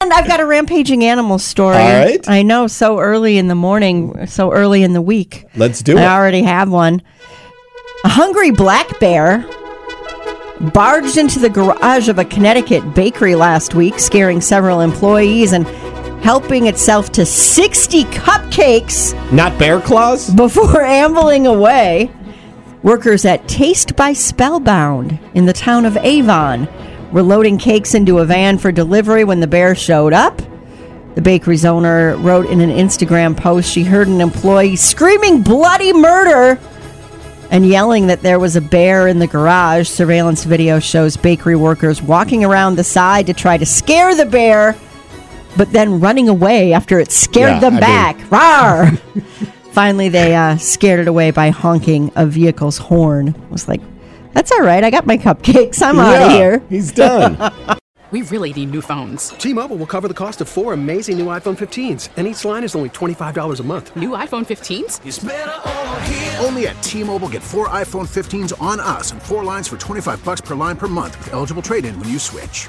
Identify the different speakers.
Speaker 1: And I've got a rampaging animal story.
Speaker 2: All right.
Speaker 1: I know, so early in the morning, so early in the week.
Speaker 2: Let's do it.
Speaker 1: I already have one. A hungry black bear barged into the garage of a Connecticut bakery last week, scaring several employees and helping itself to 60 cupcakes
Speaker 2: Not bear claws?
Speaker 1: before ambling away. Workers at Taste by Spellbound in the town of Avon were loading cakes into a van for delivery when the bear showed up. The bakery's owner wrote in an Instagram post she heard an employee screaming bloody murder and yelling that there was a bear in the garage. Surveillance video shows bakery workers walking around the side to try to scare the bear, but then running away after it scared
Speaker 2: Yeah,
Speaker 1: them
Speaker 2: I mean-
Speaker 1: back. Rawr! Finally, they uh, scared it away by honking a vehicle's horn. It was like, that's all right. I got my cupcakes. I'm out of
Speaker 2: Yeah,
Speaker 1: here.
Speaker 2: He's done.
Speaker 3: We really need new phones.
Speaker 4: T-Mobile will cover the cost of four amazing new iPhone 15s, and each line is only $25 a month.
Speaker 3: New iPhone 15s?
Speaker 5: Only at T-Mobile, get four iPhone 15s on us and four lines for 25 bucks per line per month with eligible trade-in when you switch.